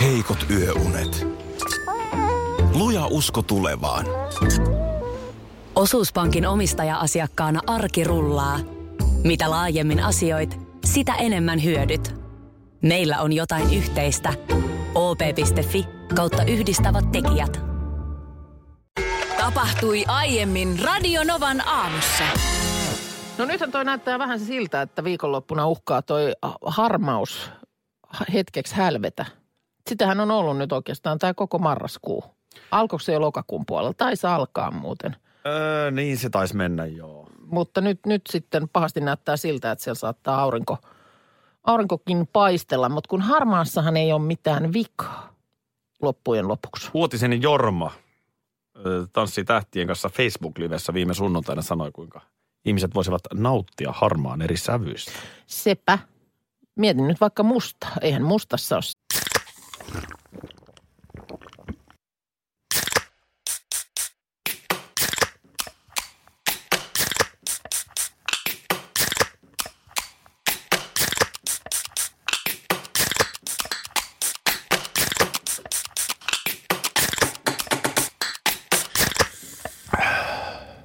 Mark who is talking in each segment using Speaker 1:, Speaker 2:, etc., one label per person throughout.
Speaker 1: heikot yöunet. Luja usko tulevaan.
Speaker 2: Osuuspankin omistaja-asiakkaana arki rullaa. Mitä laajemmin asioit, sitä enemmän hyödyt. Meillä on jotain yhteistä. op.fi kautta yhdistävät tekijät. Tapahtui aiemmin Radionovan aamussa.
Speaker 3: No nythän toi näyttää vähän siltä, että viikonloppuna uhkaa toi harmaus hetkeksi hälvetä. Sitähän on ollut nyt oikeastaan tämä koko marraskuu. Alkoiko se jo lokakuun puolella? Taisi alkaa muuten.
Speaker 4: Öö, niin se taisi mennä, joo.
Speaker 3: Mutta nyt, nyt sitten pahasti näyttää siltä, että siellä saattaa aurinko, aurinkokin paistella. Mutta kun harmaassahan ei ole mitään vikaa loppujen lopuksi.
Speaker 4: Uotiseni Jorma öö, tanssii tähtien kanssa Facebook-livessä viime sunnuntaina sanoi, kuinka ihmiset voisivat nauttia harmaan eri sävyistä.
Speaker 3: Sepä. Mietin nyt vaikka musta. Eihän mustassa ole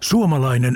Speaker 5: Suomalainen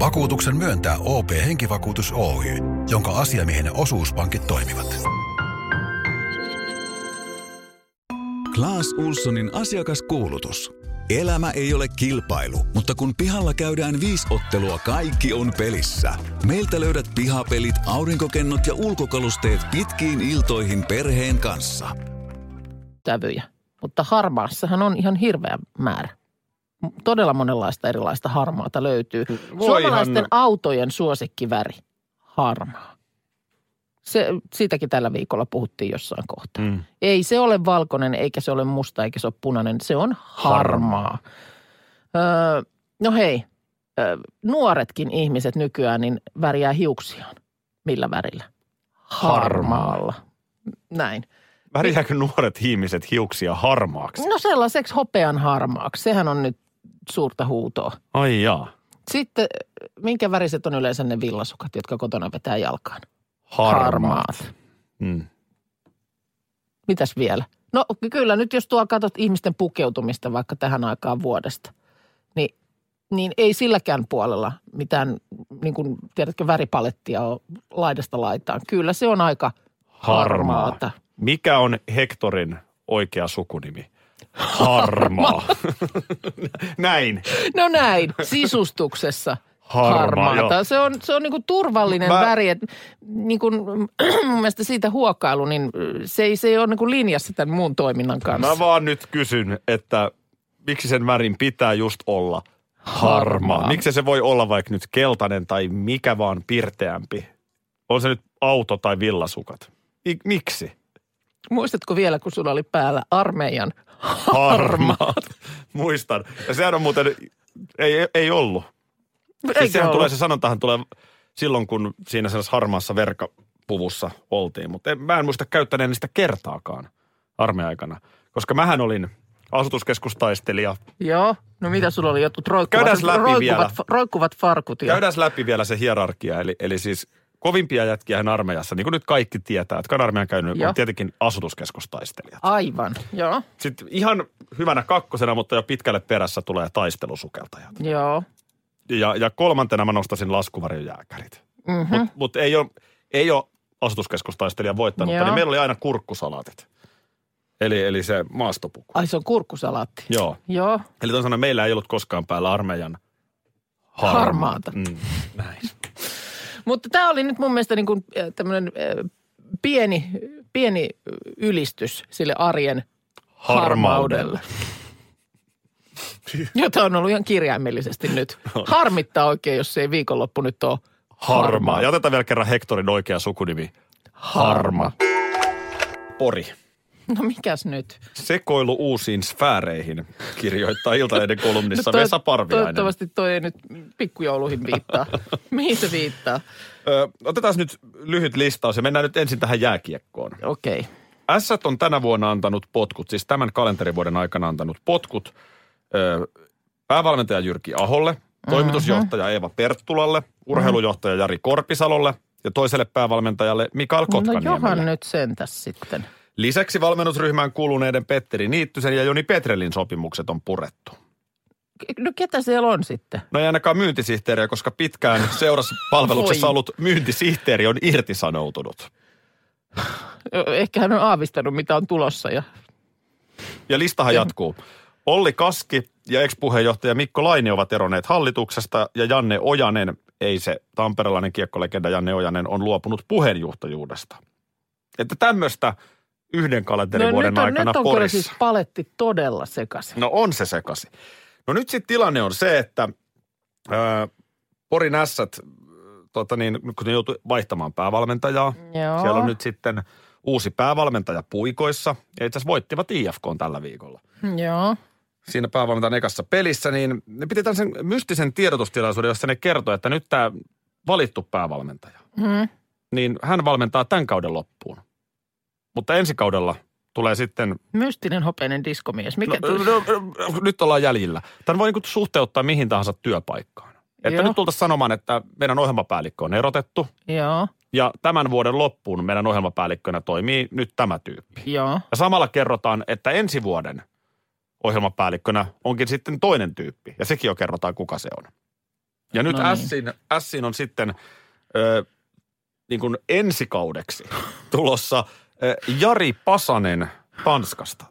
Speaker 1: Vakuutuksen myöntää OP Henkivakuutus Oy, jonka asiamiehenä osuuspankit toimivat.
Speaker 6: Klaas Ulssonin asiakaskuulutus. Elämä ei ole kilpailu, mutta kun pihalla käydään viisottelua, kaikki on pelissä. Meiltä löydät pihapelit, aurinkokennot ja ulkokalusteet pitkiin iltoihin perheen kanssa.
Speaker 3: sävyjä. Mutta harmaassahan on ihan hirveä määrä. M- Todella monenlaista erilaista harmaata löytyy. Suomalaisten
Speaker 4: ihan-
Speaker 3: autojen suosikkiväri, harmaa. Se, siitäkin tällä viikolla puhuttiin jossain kohtaa.
Speaker 4: Mm.
Speaker 3: Ei se ole valkoinen, eikä se ole musta, eikä se ole punainen. Se on harmaa. Öö, no hei, öö, nuoretkin ihmiset nykyään niin värjää hiuksiaan. Millä värillä? Harmaalla. Näin. Niin.
Speaker 4: Värjääkö nuoret ihmiset hiuksia harmaaksi?
Speaker 3: No sellaiseksi hopean harmaaksi. Sehän on nyt suurta huutoa.
Speaker 4: Ai jaa.
Speaker 3: Sitten minkä väriset on yleensä ne villasukat, jotka kotona vetää jalkaan?
Speaker 4: Mm.
Speaker 3: Mitäs vielä? No ky- kyllä nyt jos tuo katsot ihmisten pukeutumista vaikka tähän aikaan vuodesta, niin, niin ei silläkään puolella mitään, niin kuin, tiedätkö, väripalettia on laidasta laitaan. Kyllä se on aika
Speaker 4: Harmaa.
Speaker 3: harmaata.
Speaker 4: Mikä on Hektorin oikea sukunimi? Harmaa. Näin.
Speaker 3: No näin, sisustuksessa
Speaker 4: Harmaa,
Speaker 3: harmaata.
Speaker 4: joo.
Speaker 3: Se on, se on niinku turvallinen Mä...
Speaker 4: Mä-
Speaker 3: väri. Et, niinku, mun mielestä siitä huokailu, niin se ei, se ei ole niinku linjassa tämän muun toiminnan kanssa.
Speaker 4: Mä vaan nyt kysyn, että miksi sen värin pitää just olla harmaa?
Speaker 3: Harmaa.
Speaker 4: Miksi se voi olla vaikka nyt keltainen tai mikä vaan pirteämpi? On se nyt auto tai villasukat? Mi- miksi?
Speaker 3: Muistatko vielä, kun sulla oli päällä armeijan
Speaker 4: Harmaat. Muistan. Ja sehän on muuten, ei, ei ollut. Siis sehän
Speaker 3: ollut?
Speaker 4: tulee, se sanontahan tulee silloin, kun siinä sellaisessa harmaassa verkapuvussa oltiin. Mutta en, mä en muista käyttäneeni sitä kertaakaan armeijan aikana. Koska mähän olin asutuskeskustaistelija.
Speaker 3: Joo, no mitä sulla oli jotkut roikkuvat,
Speaker 4: Käydäs läpi vielä.
Speaker 3: roikkuvat, roikkuvat farkut. ja-
Speaker 4: Käydään läpi vielä se hierarkia. Eli, eli siis kovimpia jätkiä armeijassa, niin kuin nyt kaikki tietää, jotka on armeijan käynyt,
Speaker 3: Joo.
Speaker 4: on tietenkin asutuskeskustaistelijat.
Speaker 3: Aivan, joo,
Speaker 4: Sitten ihan hyvänä kakkosena, mutta jo pitkälle perässä tulee taistelusukeltajat.
Speaker 3: joo.
Speaker 4: ja, ja kolmantena mä nostasin laskuvarjojääkärit.
Speaker 3: Mhm.
Speaker 4: Mm-hmm. Mutta mut ei ole ei oo asutuskeskustaistelija voittanut,
Speaker 3: Joo.
Speaker 4: niin meillä oli aina kurkkusalaatit. Eli, eli se maastopuku.
Speaker 3: Ai se on kurkkusalaatti.
Speaker 4: Joo.
Speaker 3: Joo,
Speaker 4: Eli toisin sanoen meillä ei ollut koskaan päällä armeijan harmaa.
Speaker 3: Harmaata.
Speaker 4: Mm, näin.
Speaker 3: Mutta tämä oli nyt mun mielestä niin kuin tämmöinen pieni, pieni ylistys sille arjen harmaudelle. Jota on ollut ihan kirjaimellisesti nyt. Harmittaa oikein, jos ei viikonloppu nyt ole
Speaker 4: Harmaa. Ja otetaan vielä kerran Hektorin oikea sukunimi. Harma. Pori.
Speaker 3: No mikäs nyt?
Speaker 4: Sekoilu uusiin sfääreihin, kirjoittaa Iltalehden
Speaker 3: No
Speaker 4: kolumnissa
Speaker 3: toi-
Speaker 4: Vesa Parviainen.
Speaker 3: Toivottavasti toi ei nyt pikkujouluihin viittaa. Mihin se viittaa?
Speaker 4: Ö, otetaan nyt lyhyt listaus ja mennään nyt ensin tähän jääkiekkoon.
Speaker 3: Okei.
Speaker 4: S on tänä vuonna antanut potkut, siis tämän kalenterivuoden aikana antanut potkut ö, päävalmentaja Jyrki Aholle,
Speaker 3: Mhm.
Speaker 4: toimitusjohtaja Eeva Perttulalle, urheilujohtaja Jari Korpisalolle ja toiselle päävalmentajalle Mikael
Speaker 3: No
Speaker 4: Kotkaniemelle.
Speaker 3: johan nyt sentäs sitten.
Speaker 4: Lisäksi valmennusryhmään kuuluneiden Petteri Niittysen ja Joni Petrelin sopimukset on purettu.
Speaker 3: No ketä siellä on sitten?
Speaker 4: No ei ainakaan myyntisihteeriä, koska pitkään seurassa palveluksessa
Speaker 3: Voi.
Speaker 4: ollut myyntisihteeri on irtisanoutunut.
Speaker 3: Ö, Ehkä hän on aavistanut, mitä on tulossa. Ja...
Speaker 4: Ja listahan jatkuu. Olli Kaski ja ex-puheenjohtaja Mikko Laine ovat eronneet hallituksesta ja Janne Ojanen, ei se tamperelainen kiekkolegenda Janne Ojanen, on luopunut puheenjohtajuudesta. Että tämmöistä yhden
Speaker 3: No
Speaker 4: kalenterivuoden
Speaker 3: nyt on,
Speaker 4: aikana
Speaker 3: nyt on kyllä
Speaker 4: Porissa.
Speaker 3: siis paletti todella sekaisin.
Speaker 4: No on se sekasi. No nyt sitten tilanne on se, että ää, Porin ässät, tota niin, kun ne joutui vaihtamaan päävalmentajaa,
Speaker 3: Joo.
Speaker 4: siellä on nyt sitten uusi päävalmentaja puikoissa. Ja itse asiassa voittivat IFK tällä viikolla.
Speaker 3: Joo.
Speaker 4: Siinä päävalmentajan ekassa pelissä, niin ne piti tämmöisen mystisen tiedotustilaisuuden, jossa ne kertoi, että nyt tämä valittu päävalmentaja,
Speaker 3: Mm.
Speaker 4: niin hän valmentaa tämän kauden loppuun. Mutta ensi kaudella tulee sitten
Speaker 3: Mystinen hopeinen diskomies. Mikä
Speaker 4: No,
Speaker 3: no,
Speaker 4: no, no, nyt ollaan jäljillä. Tämän voi niin suhteuttaa mihin tahansa työpaikkaan. Että
Speaker 3: Joo.
Speaker 4: nyt tultaisiin sanomaan, että meidän ohjelmapäällikkö on erotettu
Speaker 3: Joo,
Speaker 4: ja tämän vuoden loppuun meidän ohjelmapäällikkönä toimii nyt tämä tyyppi.
Speaker 3: joo.
Speaker 4: Ja samalla kerrotaan, että ensi vuoden ohjelmapäällikkönä onkin sitten toinen tyyppi ja sekin jo kerrotaan, kuka se on. Ja nyt
Speaker 3: No niin.
Speaker 4: S:in S:in on sitten ö, niin kuin ensikaudeksi tulossa ö, Jari Pasanen Tanskasta.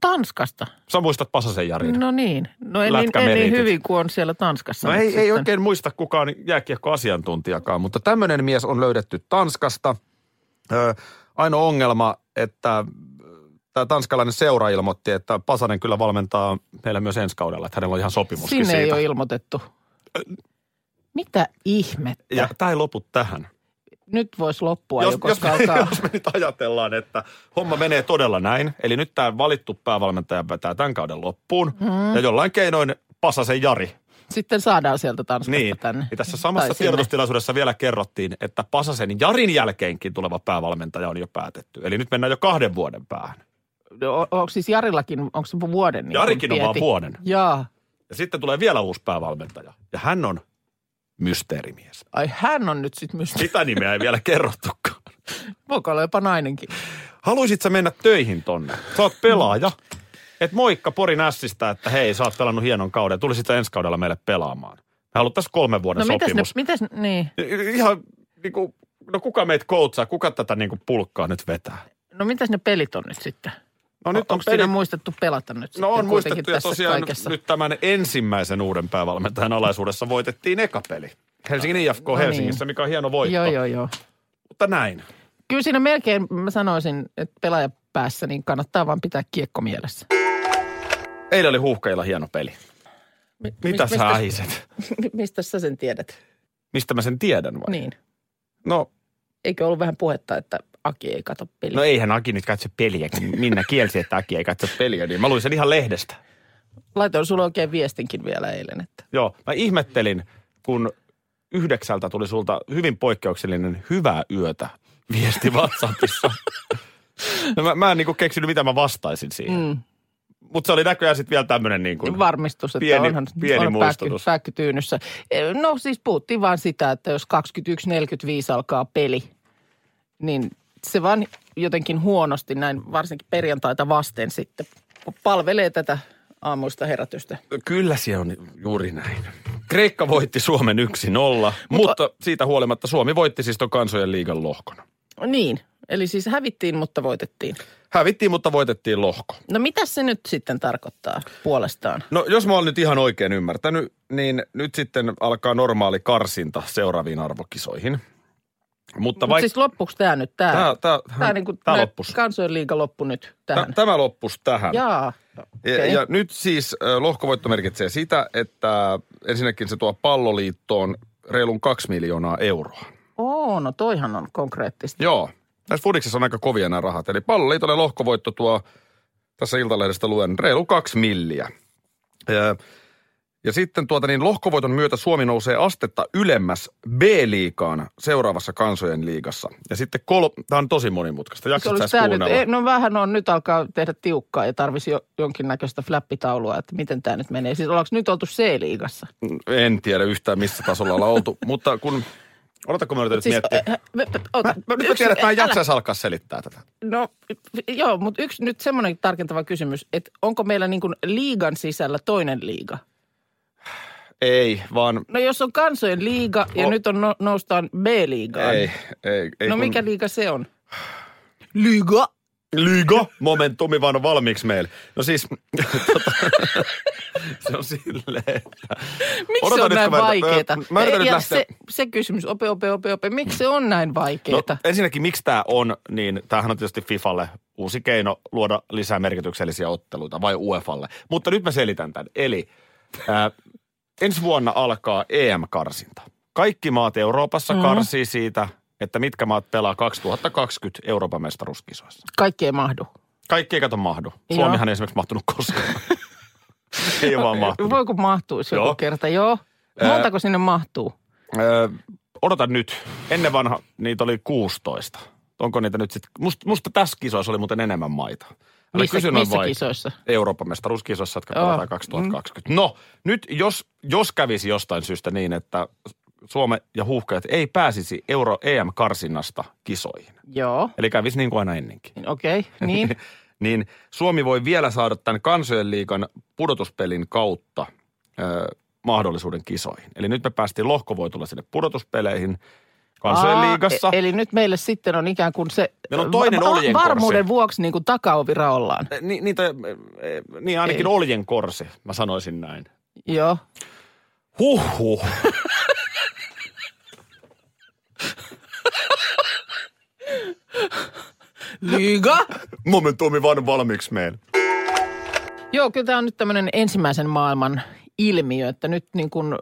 Speaker 3: Tanskasta.
Speaker 4: Sä muistat Pasasen Jarin?
Speaker 3: No niin. No en, niin- en niin
Speaker 4: Lätkämeritit.
Speaker 3: hyvin kuin on siellä Tanskassa.
Speaker 4: No
Speaker 3: nyt
Speaker 4: ei, ei
Speaker 3: sitten.
Speaker 4: oikein muista kukaan jääkiekkoasiantuntijakaan, mutta tämmöinen mies on löydetty Tanskasta. Ö, ainoa ongelma, että tämä tanskalainen seura ilmoitti, että Pasanen kyllä valmentaa meillä myös ensi kaudella, että hänellä on ihan sopimuskin
Speaker 3: Sinne ei
Speaker 4: siitä.
Speaker 3: ole ilmoitettu. Mitä ihmettä?
Speaker 4: ja tämä ei lopu tähän.
Speaker 3: Nyt voisi loppua jo,
Speaker 4: Jos, jos,
Speaker 3: koska
Speaker 4: me,
Speaker 3: alkaa...
Speaker 4: jos me nyt ajatellaan, että homma menee todella näin, eli nyt tämä valittu päävalmentaja vetää tämän kauden loppuun, mm. ja jollain keinoin Pasasen Jari
Speaker 3: Sitten saadaan sieltä Tanskasta
Speaker 4: Niin.
Speaker 3: tänne.
Speaker 4: Ja tässä samassa
Speaker 3: Tai sinne.
Speaker 4: tiedotustilaisuudessa vielä kerrottiin, että Pasasen Jarin jälkeenkin tuleva päävalmentaja on jo päätetty. Eli nyt mennään jo kahden vuoden päähän.
Speaker 3: No, on- Onko siis Jarillakin, onko se vuoden? Niin
Speaker 4: Jarikin on vaan vuoden.
Speaker 3: Jaa.
Speaker 4: Ja sitten tulee vielä uusi päävalmentaja. Ja hän on mysteerimies.
Speaker 3: Ai hän on nyt sitten myös,
Speaker 4: Sitä nimeä ei vielä kerrottukaan.
Speaker 3: voiko olla jopa nainenkin.
Speaker 4: Haluisit sä mennä töihin tonne? Sä oot pelaaja. Et moikka Porin ässistä, että hei, sä oot pelannut hienon kauden. Tulisit sä ensi kaudella meille pelaamaan. Me haluttaisiin kolmen vuoden
Speaker 3: No mitäs ne,
Speaker 4: sopimus.
Speaker 3: mitäs, niin.
Speaker 4: Ihan niin kuin, no kuka meitä koutsaa? Kuka tätä niin kuin pulkkaa nyt vetää?
Speaker 3: No mitäs ne pelit on nyt sitten?
Speaker 4: No nyt on
Speaker 3: Onko siinä
Speaker 4: pelit-
Speaker 3: muistettu pelata nyt sitten
Speaker 4: No on
Speaker 3: kuitenkin
Speaker 4: muistettu ja
Speaker 3: tässä
Speaker 4: tosiaan
Speaker 3: kaikessa?
Speaker 4: nyt tämän ensimmäisen uuden päävalmentajan alaisuudessa voitettiin eka peli. Helsingin IFK
Speaker 3: niin.
Speaker 4: Helsingissä, mikä on hieno voitto.
Speaker 3: Joo, joo, joo.
Speaker 4: Mutta näin.
Speaker 3: Kyllä siinä melkein mä sanoisin, että pelaajapäässä niin kannattaa vaan pitää kiekko mielessä.
Speaker 4: Eilen oli huuhkeilla hieno peli.
Speaker 3: Mi-
Speaker 4: Mitä
Speaker 3: mis-
Speaker 4: sä
Speaker 3: mistä-
Speaker 4: ähiset?
Speaker 3: mi- Mistä sä sen tiedät?
Speaker 4: Mistä mä sen tiedän vai?
Speaker 3: Niin.
Speaker 4: No,
Speaker 3: Eikö ollut vähän puhetta, että Aki ei kato peliä?
Speaker 4: no eihän Aki nyt katso peliä, kun Minna kielsi, että Aki ei katso peliä, niin mä luin sen ihan lehdestä.
Speaker 3: Laitoin sulle oikein viestinkin vielä eilen, että
Speaker 4: Joo, mä ihmettelin, kun yhdeksältä tuli sulta hyvin poikkeuksellinen hyvää yötä viesti WhatsAppissa. No mä, mä en niinku keksinyt, mitä mä vastaisin siihen. Mm. Mutta se oli näköjään sitten vielä tämmöinen niin kuin...
Speaker 3: varmistus, että
Speaker 4: pieni-
Speaker 3: onhan
Speaker 4: pieni
Speaker 3: on pääkky,
Speaker 4: muistutus.
Speaker 3: pääkky tyynyssä. Eh, No siis puhuttiin vaan sitä, että jos 21.45 alkaa peli, niin se vaan jotenkin huonosti näin varsinkin perjantaita vasten sitten palvelee tätä aamuista herätystä.
Speaker 4: Kyllä se on juuri näin. Kreikka voitti Suomen 1-0, mutta, mutta siitä huolimatta Suomi voitti siis ton kansojen liigan lohkon.
Speaker 3: Niin, eli siis hävittiin, mutta voitettiin.
Speaker 4: Hävittiin, mutta voitettiin lohko.
Speaker 3: No mitä se nyt sitten tarkoittaa puolestaan?
Speaker 4: No jos mä oon nyt ihan oikein ymmärtänyt, niin nyt sitten alkaa normaali karsinta seuraaviin arvokisoihin. Mutta
Speaker 3: Mutta
Speaker 4: vaikka...
Speaker 3: siis loppuksi tämä nyt, tämä,
Speaker 4: Tää,
Speaker 3: tämä,
Speaker 4: tää,
Speaker 3: tämä, niin kuin,
Speaker 4: tää loppus.
Speaker 3: kansojen liiga loppu nyt
Speaker 4: Tä,
Speaker 3: tähän.
Speaker 4: tämä loppus tähän.
Speaker 3: Jaa,
Speaker 4: Ja,
Speaker 3: okei.
Speaker 4: ja nyt siis ö, lohkovoitto merkitsee sitä, että ensinnäkin se tuo palloliittoon reilun kaksi miljoonaa euroa.
Speaker 3: Oo, no toihan on konkreettista.
Speaker 4: Joo. näissä fudiksissa on aika kovia nämä rahat. Eli palloliitolle lohkovoitto tuo, tässä Iltalehdestä luen, reilu kaksi milliä. Ja, ja sitten tuota niin, lohkovoiton myötä Suomi nousee astetta ylemmäs B-liikaan seuraavassa kansojen liigassa. Ja sitten kol... Tämä on tosi monimutkaista.
Speaker 3: Se
Speaker 4: Jaksat
Speaker 3: olisi
Speaker 4: sä
Speaker 3: tää nyt,
Speaker 4: kuunnella?
Speaker 3: ei, no vähän on, nyt alkaa tehdä tiukkaa ja tarvisi jo, jonkinnäköistä flappitaulua, että miten tämä nyt menee. Siis ollaanko nyt oltu C-liigassa?
Speaker 4: En tiedä yhtään, missä tasolla ollaan oltu. Mutta kun... Odotatko mä yritän nyt
Speaker 3: Siis,
Speaker 4: miettiä?
Speaker 3: äh, me- me- ota,
Speaker 4: Mä, mä, nyt mä
Speaker 3: yksi-
Speaker 4: tiedän, että mä en
Speaker 3: älä-
Speaker 4: jaksaisi alkaa selittää tätä.
Speaker 3: No joo, mutta yksi nyt semmoinen tarkentava kysymys, että onko meillä niin kuin liigan sisällä toinen liiga?
Speaker 4: Ei, vaan...
Speaker 3: No jos on kansojen liiga ja
Speaker 4: O-
Speaker 3: nyt on no, noustaan B-liigaan.
Speaker 4: Ei, ei, ei.
Speaker 3: no
Speaker 4: kun-
Speaker 3: mikä liiga se on? Liiga.
Speaker 4: Lygo momentumi vaan on valmiiksi meillä. No siis, tota, se on silleen, että no,
Speaker 3: Miksi
Speaker 4: Odota
Speaker 3: se on
Speaker 4: nyt,
Speaker 3: näin
Speaker 4: kun mä yritän-
Speaker 3: vaikeeta?
Speaker 4: mä yritän nyt
Speaker 3: Ja
Speaker 4: lähteä-
Speaker 3: se, se kysymys, ope, ope, ope, ope. Miksi se on näin
Speaker 4: no,
Speaker 3: vaikeeta?
Speaker 4: ensinnäkin miksi tämä on, niin tämähän on tietysti FIFalle uusi keino luoda lisää merkityksellisiä otteluita, vai UEFalle. Mutta nyt mä selitän tämän. Eli ää, ensi vuonna alkaa EM-karsinta. Kaikki maat Euroopassa mm-hmm. karsii siitä, että mitkä maat pelaa 2020 Euroopan mestaruuskisoissa.
Speaker 3: Kaikki ei mahdu.
Speaker 4: Kaikki ei kato mahdu.
Speaker 3: Joo.
Speaker 4: Suomihan ei esimerkiksi mahtunut koskaan. ei vaan mahtunut.
Speaker 3: Voi kun mahtuisi joku
Speaker 4: Joo.
Speaker 3: kerta, joo.
Speaker 4: Ää-
Speaker 3: Montako sinne mahtuu?
Speaker 4: Öö, odotan nyt. Ennen vanha niitä oli 16. Onko niitä nyt sitten? Must, musta tässä kisoissa oli muuten enemmän maita. Älä
Speaker 3: Missä,
Speaker 4: kysy noin
Speaker 3: missä
Speaker 4: vaikea.
Speaker 3: kisoissa?
Speaker 4: Euroopan mestaruuskisoissa, jotka
Speaker 3: Joo.
Speaker 4: pelataan 2020. No, nyt jos, jos kävisi jostain syystä niin, että Suome ja huuhkajat ei pääsisi Euro EM-karsinnasta kisoihin.
Speaker 3: Joo,
Speaker 4: Eli kävisi niin kuin aina ennenkin.
Speaker 3: okei, niin.
Speaker 4: niin Suomi voi vielä saada tämän kansojen liikan pudotuspelin kautta ö, mahdollisuuden kisoihin. Eli nyt me päästiin lohkovoitolla sinne pudotuspeleihin kansojen
Speaker 3: Aa,
Speaker 4: liigassa.
Speaker 3: e- Eli nyt meille sitten on ikään kuin se
Speaker 4: Meillä on toinen oljenkorsi.
Speaker 3: varmuuden vuoksi niin kuin takaovira ollaan.
Speaker 4: E- Ni, niitä, e- niin ainakin
Speaker 3: Ei.
Speaker 4: oljen korsi, mä sanoisin näin.
Speaker 3: Joo.
Speaker 4: Huhhuh.
Speaker 3: Liiga?
Speaker 4: Momentumi vaan valmiiksi meillä.
Speaker 3: Joo, kyllä tämä on nyt tämmöinen ensimmäisen maailman ilmiö, että nyt niin kuin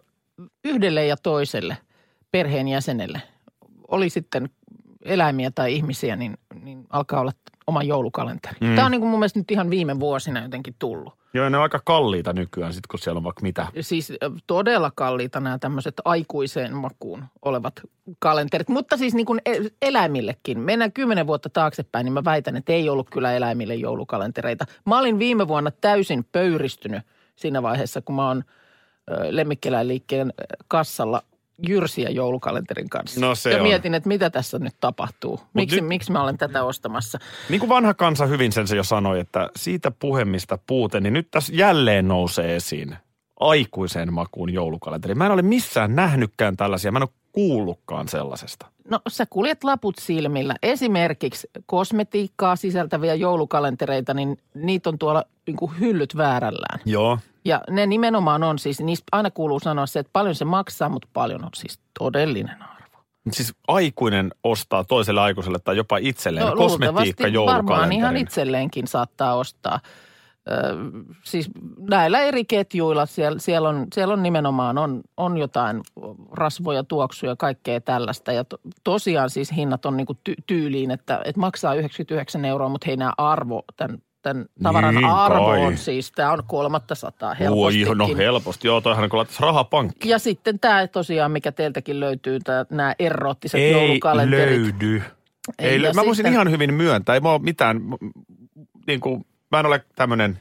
Speaker 3: yhdelle ja toiselle perheenjäsenelle, oli sitten eläimiä tai ihmisiä, niin, niin alkaa olla oma joulukalenteri. Mm. Tämä on niin kuin mun mielestä nyt ihan viime vuosina jotenkin tullut.
Speaker 4: Joo, ne on aika kalliita nykyään sit, kun siellä on vaikka mitä.
Speaker 3: Siis ö, todella kalliita nämä tämmöiset aikuiseen makuun olevat kalenterit, mutta siis niin kuin e- eläimillekin. Mennään kymmenen vuotta taaksepäin, niin mä väitän, että ei ollut kyllä eläimille joulukalentereita. Mä olin viime vuonna täysin pöyristynyt siinä vaiheessa, kun mä oon ö, lemmikkieläinliikkeen ö, kassalla jyrsiä joulukalenterin kanssa.
Speaker 4: No se
Speaker 3: ja
Speaker 4: on.
Speaker 3: mietin, että mitä tässä nyt tapahtuu. Miksi,
Speaker 4: nyt-
Speaker 3: miksi mä olen tätä ostamassa?
Speaker 4: Niin kuin vanha kansa hyvin sen se jo sanoi, että siitä puhemista puute, niin nyt tässä jälleen nousee esiin aikuiseen makuun joulukalenteri. Mä en ole missään nähnytkään tällaisia, mä en ole kuullutkaan sellaisesta.
Speaker 3: No sä kuljet laput silmillä. Esimerkiksi kosmetiikkaa sisältäviä joulukalentereita, niin niitä on tuolla niin kuin hyllyt väärällään.
Speaker 4: Joo.
Speaker 3: Ja ne nimenomaan on siis, niistä aina kuuluu sanoa se, että paljon se maksaa, mutta paljon on siis todellinen arvo.
Speaker 4: Siis aikuinen ostaa toiselle aikuiselle tai jopa itselleen no, kosmetiikka
Speaker 3: luultavasti varmaan ihan
Speaker 4: joulukalenterin.
Speaker 3: itselleenkin saattaa ostaa. Ö, siis näillä eri ketjuilla siellä, siellä, on, siellä on nimenomaan on, on jotain rasvoja, tuoksuja, kaikkea tällaista. Ja to, tosiaan siis hinnat on niinku ty, tyyliin, että, että maksaa 99 euroa, mutta hei nämä arvo, tämän, tämän tavaran
Speaker 4: Niin
Speaker 3: arvo
Speaker 4: kai.
Speaker 3: on siis, tämä on kolmatta sataa
Speaker 4: Voi,
Speaker 3: helpostikin.
Speaker 4: no helposti. Joo, toihan on kun laittaisi rahaa pankkiin.
Speaker 3: Ja sitten tämä tosiaan, mikä teiltäkin löytyy, tää, nämä eroottiset
Speaker 4: Ei
Speaker 3: joulukalenterit.
Speaker 4: löydy.
Speaker 3: Ei,
Speaker 4: Ei,
Speaker 3: ja
Speaker 4: lö- mä voisin
Speaker 3: sitten-
Speaker 4: ihan hyvin myöntää. Ei mä ole mitään, niin kuin, mä en ole tämmöinen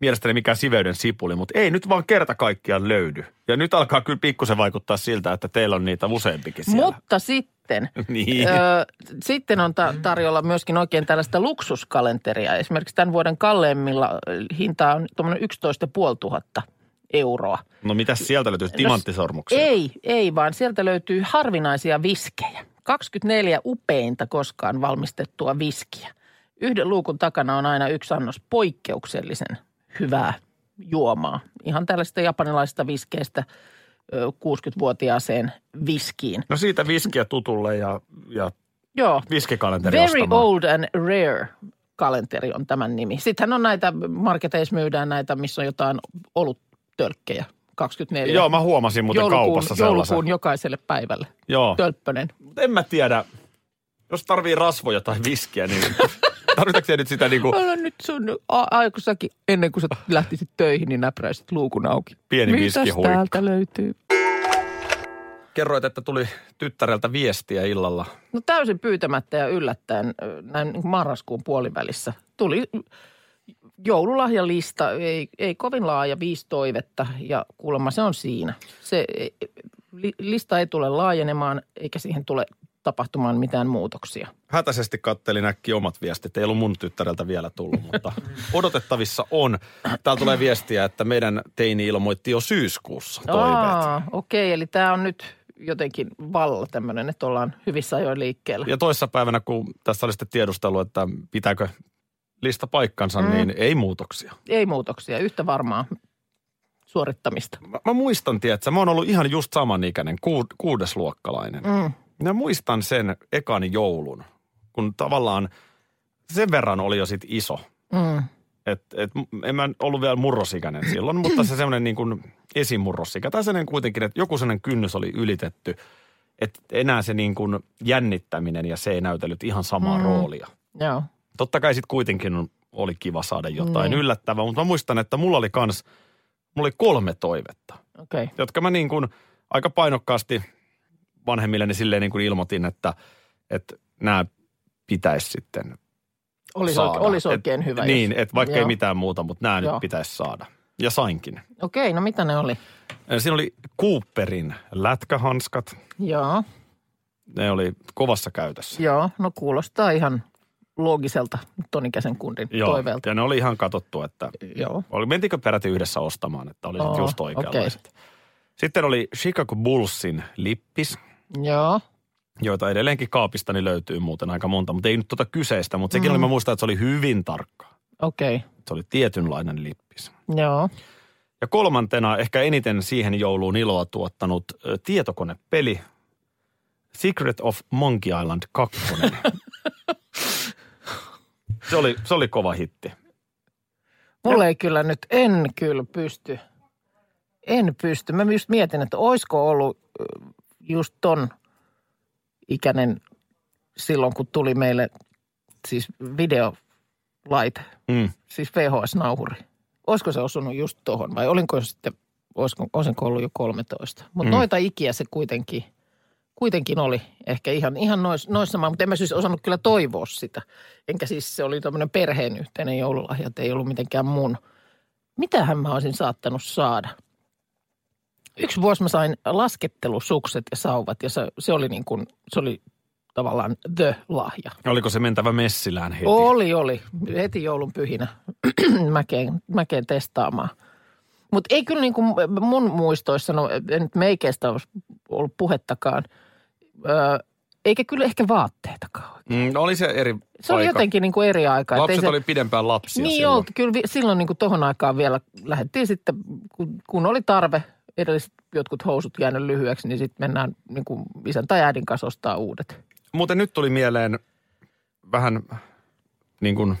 Speaker 4: mielestäni mikään siveyden sipuli, mutta ei nyt vaan kerta kaikkiaan löydy. Ja nyt alkaa kyllä pikkusen vaikuttaa siltä, että teillä on niitä useampikin siellä.
Speaker 3: Mutta sitten,
Speaker 4: Niin.
Speaker 3: öö, sitten on ta- tarjolla myöskin oikein tällaista luksuskalenteria. Esimerkiksi tämän vuoden kalleimmilla ö, hinta on tuommoinen 11 500 euroa.
Speaker 4: No mitä sieltä löytyisi? Timanttisormuksia?
Speaker 3: Ei, ei, vaan sieltä löytyy harvinaisia viskejä. 24 upeinta koskaan valmistettua viskiä. Yhden luukun takana on aina yksi annos poikkeuksellisen hyvää juomaa. Ihan tällaista japanilaisista viskeistä ö, 60-vuotiaaseen viskiin.
Speaker 4: No siitä viskiä tutulle ja, ja
Speaker 3: Joo,
Speaker 4: viskikalenteri
Speaker 3: Very
Speaker 4: ostamaan.
Speaker 3: old and rare kalenteri on tämän nimi. Sittenhän on näitä, marketeissa myydään näitä, missä on jotain oluttölkkejä. 24.
Speaker 4: Joo, mä huomasin muuten
Speaker 3: joulukuun,
Speaker 4: kaupassa sellaisen.
Speaker 3: joulukuun jokaiselle päivälle.
Speaker 4: Joo,
Speaker 3: Tölppönen.
Speaker 4: en mä tiedä. Jos tarvii rasvoja tai viskiä, niin tarvitaanko siellä nyt sitä niin kuin
Speaker 3: Älä nyt sun a- aikuisakin, ennen kuin sä lähtisit töihin, niin näpräisit luukun auki.
Speaker 4: Pieni
Speaker 3: Mitäs
Speaker 4: viskihuikka.
Speaker 3: täältä löytyy?
Speaker 4: Kerroit, että tuli tyttäreltä viestiä illalla.
Speaker 3: No täysin pyytämättä ja yllättäen ö, näin niin kuin marraskuun puolivälissä tuli joululahjalista, ei, ei kovin laaja, viisi toivetta ja kuulemma se on siinä. Se ei- li, lista ei tule laajenemaan eikä siihen tule tapahtumaan mitään muutoksia.
Speaker 4: Hätäisesti kattelin äkki omat viestit. Ei ollut mun tyttäreltä vielä tullut, mutta odotettavissa on. Täällä tulee viestiä, että meidän teini ilmoitti jo syyskuussa toiveet.
Speaker 3: Aa, Okei, eli tämä on nyt jotenkin vallalla tämmöinen, että ollaan hyvissä ajoin liikkeellä.
Speaker 4: Ja toissapäivänä, kun tässä oli sitten tiedustelu, että pitääkö lista paikkansa, mm. niin ei muutoksia.
Speaker 3: Ei muutoksia, yhtä varmaa suorittamista.
Speaker 4: Mä, mä muistan, tiedätkö, mä oon ollut ihan just samanikäinen, ku, kuudesluokkalainen.
Speaker 3: Mm.
Speaker 4: Minä muistan sen ekan joulun, kun tavallaan sen verran oli jo sit iso.
Speaker 3: Mm.
Speaker 4: Et, et, m- en mä ollut vielä murrosikäinen silloin, mutta se semmoinen niin kuin esimurrosikä. Tai semmoinen kuitenkin, että joku semmoinen kynnys oli ylitetty. Että enää se niin kuin jännittäminen ja se ei näytellyt ihan samaa mm. roolia.
Speaker 3: Joo.
Speaker 4: Totta kai sitten kuitenkin on- oli kiva saada jotain
Speaker 3: Niin.
Speaker 4: niin. yllättävää, mutta mä muistan, että mulla oli kans, mulla oli kolme toivetta
Speaker 3: Okei. Okay.
Speaker 4: jotka mä niin kuin aika painokkaasti vanhemmilleni silleen niin kuin ilmoitin, että, että nämä pitäisi sitten
Speaker 3: Olisi,
Speaker 4: saada.
Speaker 3: oike, olisi oikein
Speaker 4: et,
Speaker 3: hyvä. jos-
Speaker 4: Niin, että vaikka Joo. ei
Speaker 3: Joo.
Speaker 4: mitään muuta, mutta nämä
Speaker 3: Joo.
Speaker 4: nyt pitäisi saada. Ja sainkin. Äh,
Speaker 3: Okei, no mitä ne oli?
Speaker 4: Siinä oli Cooperin lätkähanskat.
Speaker 3: Joo,
Speaker 4: Ne oli kovassa käytössä.
Speaker 3: joo. No kuulostaa ihan loogiselta tonikäisen kundin
Speaker 4: Joo,
Speaker 3: toiveelta.
Speaker 4: ja ne oli ihan katsottu, että
Speaker 3: Joo.
Speaker 4: oli, mentikö peräti yhdessä ostamaan, että oli
Speaker 3: Oo,
Speaker 4: oh, just
Speaker 3: okei.
Speaker 4: oikeanlaiset. Sitten oli Chicago Bullsin lippis.
Speaker 3: Joo,
Speaker 4: joita edelleenkin kaapistani löytyy muuten aika monta, mutta ei nyt tuota kyseistä, mutta
Speaker 3: Mm-hmm.
Speaker 4: sekin oli, mä muistan, että se oli hyvin tarkka.
Speaker 3: okei. Okay.
Speaker 4: Se oli tietynlainen lippis.
Speaker 3: Joo,
Speaker 4: Ja kolmantena ehkä eniten siihen jouluun iloa tuottanut ö, tietokonepeli Secret of Monkey Island 2. se, oli, se oli kova hitti.
Speaker 3: mulla ei kyllä nyt, en kyllä pysty. En pysty. Mä just mietin, että oisko ollut ö, just ton ikäinen silloin, kun tuli meille siis videolaite,
Speaker 4: Mm.
Speaker 3: siis VHS-nauhuri. Olisiko se osunut just tohon vai olinko sitten, olisiko, olisinko ollut jo 13? Mutta
Speaker 4: Mm.
Speaker 3: noita ikiä se kuitenkin, kuitenkin oli ehkä ihan, ihan nois, noissa maa, mutta en mä siis osannut kyllä toivoa sitä. Enkä siis se oli tämmöinen perheen yhteinen joululahja, että ei ollut mitenkään mun. Mitähän mä olisin saattanut saada? Yksi vuosi mä sain laskettelusukset ja sauvat ja se, se oli niin kuin, se oli tavallaan the lahja.
Speaker 4: Oliko se mentävä messilään heti?
Speaker 3: Oli, oli. Heti joulun pyhinä mäkeen, mäkeen testaamaan. Mutta ei kyllä niin kuin mun muistoissa, no en nyt meikeistä olisi ollut puhettakaan, öö, eikä kyllä ehkä vaatteitakaan. oikein.
Speaker 4: Mm, oli se eri
Speaker 3: Se oli
Speaker 4: aika.
Speaker 3: jotenkin niin kuin eri aika. et ei
Speaker 4: Lapset
Speaker 3: se,
Speaker 4: oli pidempään lapsia
Speaker 3: Niin
Speaker 4: silloin.
Speaker 3: oltiin, kyllä vi- silloin niin kuin tohon aikaan vielä lähdettiin sitten, kun, kun oli tarve, edelliset jotkut housut jäänyt lyhyeksi, niin sitten mennään niin kuin isän tai äidin kanssa ostaa uudet.
Speaker 4: Muuten nyt tuli mieleen vähän niin kuin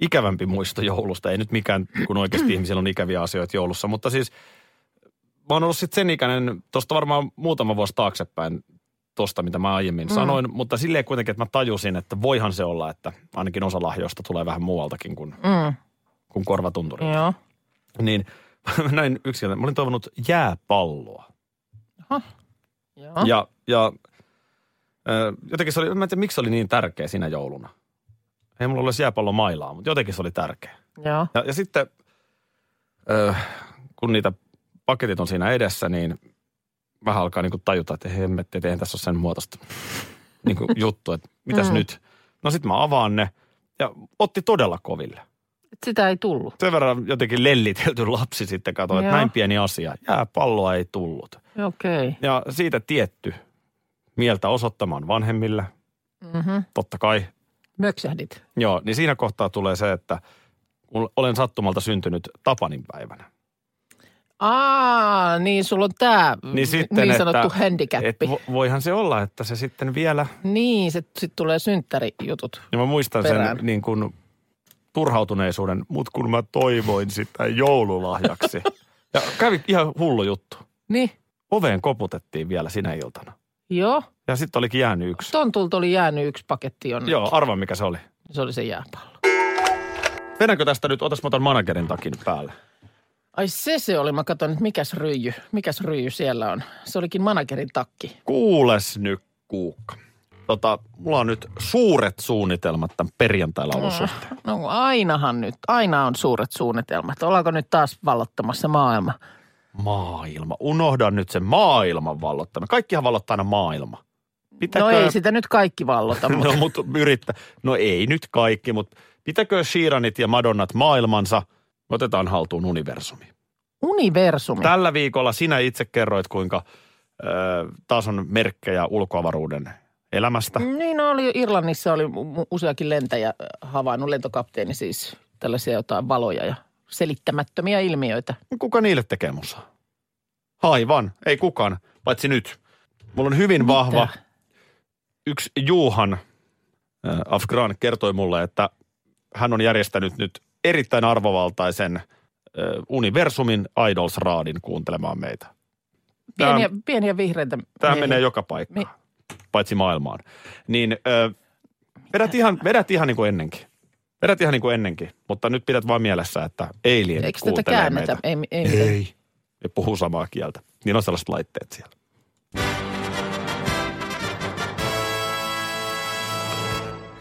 Speaker 4: ikävämpi muisto joulusta. Ei nyt mikään, kun oikeasti ihmisillä on ikäviä asioita joulussa, mutta siis mä oon ollut sitten sen ikäinen, tosta varmaan muutama vuosi taaksepäin tosta, mitä mä aiemmin mm. sanoin, mutta silleen kuitenkin, että mä tajusin, että voihan se olla, että ainakin osa lahjoista tulee vähän muualtakin kuin,
Speaker 3: Mm,
Speaker 4: kuin korvatunturi. Mm.
Speaker 3: joo.
Speaker 4: Niin mä näin yksin, mä olin toivonut jääpalloa.
Speaker 3: joo.
Speaker 4: Ja, ja ö, jotenkin se oli, mä en tiedä miksi se oli niin tärkeä siinä jouluna. Ei mulla ollut edes jääpallomailaa, mutta jotenkin se oli tärkeä.
Speaker 3: Joo.
Speaker 4: Ja, ja sitten, ö, kun niitä paketit on siinä edessä, niin vähän alkaa niinku tajuta, että hei, hemmetti, että eihän tässä ole sen muotoista niinku juttu, että mitäs
Speaker 3: Mm.
Speaker 4: mm. nyt. No sitten mä avaan ne ja otti todella koville.
Speaker 3: Et Sitä ei tullut.
Speaker 4: Sen verran jotenkin lellitelty lapsi sitten katsoi, että
Speaker 3: Joo.
Speaker 4: näin pieni asia. Jääpalloa ei tullut.
Speaker 3: Okei.
Speaker 4: Ja siitä tietty mieltä osoittamaan vanhemmille,
Speaker 3: Mm-hmm.
Speaker 4: totta kai.
Speaker 3: Möksähdit.
Speaker 4: Joo, niin siinä kohtaa tulee se, että kun olen sattumalta syntynyt Tapanin päivänä.
Speaker 3: Aa, niin sulla on tämä
Speaker 4: Niin, sitten,
Speaker 3: niin
Speaker 4: että-
Speaker 3: sanottu handicappi.
Speaker 4: Et vo- voihan se olla, että se sitten vielä,
Speaker 3: Niin, se sitten tulee synttärijutut.
Speaker 4: ja mä muistan
Speaker 3: Perään.
Speaker 4: sen niin kuin turhautuneisuuden, mutta kun mä toivoin sitä joululahjaksi. ja kävi ihan hullu juttu.
Speaker 3: Niin,
Speaker 4: Oveen koputettiin vielä sinä iltana.
Speaker 3: joo.
Speaker 4: Ja sitten olikin jäänyt yksi.
Speaker 3: Tontulta oli jäänyt yksi paketti jonnekin.
Speaker 4: Joo, arva mikä se oli.
Speaker 3: Se oli se jääpallo.
Speaker 4: Vedänkö tästä nyt, otas mä otan managerin takin päälle.
Speaker 3: Ai se se oli. Mä katson, että mikäs ryijy, mikäs ryijy siellä on. Se olikin managerin takki.
Speaker 4: Kuules nyt, Kuukka. Tota, mulla on nyt suuret suunnitelmat tämän perjantai-laulun suhteen.
Speaker 3: No kun ainahan nyt, aina on suuret suunnitelmat. Ollaanko nyt taas vallottamassa maailma? No
Speaker 4: Maailma. Unohda nyt se maailman vallottaminen. Kaikkihan vallottaa aina maailma.
Speaker 3: No ei sitä nyt kaikki vallota, mutta
Speaker 4: No, mutta yrittä. No ei nyt kaikki, mutta pitäkö Sheeranit ja Madonnat maailmansa? Me Otetaan haltuun universumi.
Speaker 3: universumi.
Speaker 4: Tällä viikolla sinä itse kerroit, kuinka ö, taas on merkkejä ulkoavaruuden elämästä.
Speaker 3: Niin no oli, Irlannissa oli mu- useakin lentäjä äh, havainnut, lentokapteeni siis, tällaisia jotain valoja ja selittämättömiä ilmiöitä.
Speaker 4: Kuka niille tekee musaa? Aivan, ei kukaan, paitsi nyt. Mulla on hyvin vahva,
Speaker 3: Mitä?
Speaker 4: yksi Juhan äh, Afgran kertoi mulle, että hän on järjestänyt nyt erittäin arvovaltaisen äh, universumin Idols-raadin kuuntelemaan meitä. Tää-
Speaker 3: Pieniä, pieniä vihreitä.
Speaker 4: Tämä
Speaker 3: miehiä.
Speaker 4: menee joka paikkaan,
Speaker 3: Me-
Speaker 4: paitsi maailmaan. Niin ö, vedät, ihan, vedät ihan niin kuin ennenkin. Vedät ihan niin kuin ennenkin, mutta nyt pidät vaan mielessä, että alien
Speaker 3: Eikö tätä
Speaker 4: kuuntelee
Speaker 3: käännetä?
Speaker 4: meitä.
Speaker 3: Ei, ei, ei.
Speaker 4: Ja puhuu samaa kieltä. Niin on sellaiset laitteet siellä.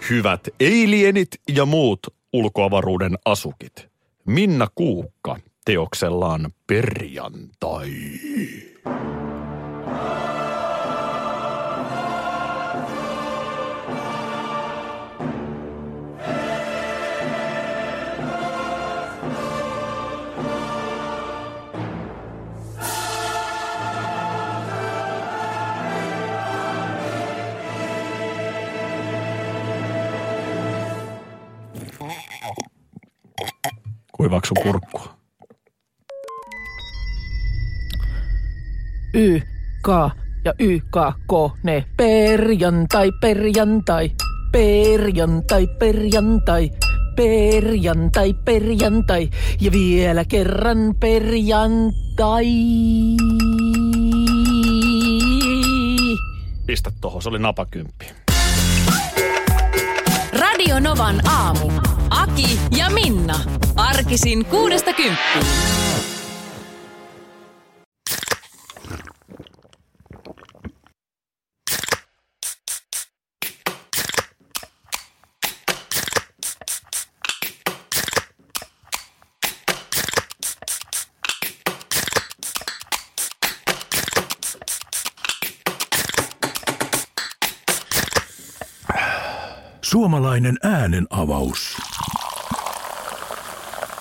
Speaker 4: Hyvät alienit ja muut ulkoavaruuden asukit. Minna Kuukka teoksellaan perjantai. Kuivaksu kurkkua.
Speaker 3: YK ja YKK, ne perjantai, perjantai, perjantai, perjantai, perjantai, perjantai ja vielä kerran perjantai.
Speaker 4: Pistä tohon, se oli napakymppi.
Speaker 2: Radio Novan aamu. Aki ja Minna. Arkisin kuudesta kymppiin.
Speaker 5: Suomalainen äänenavaus.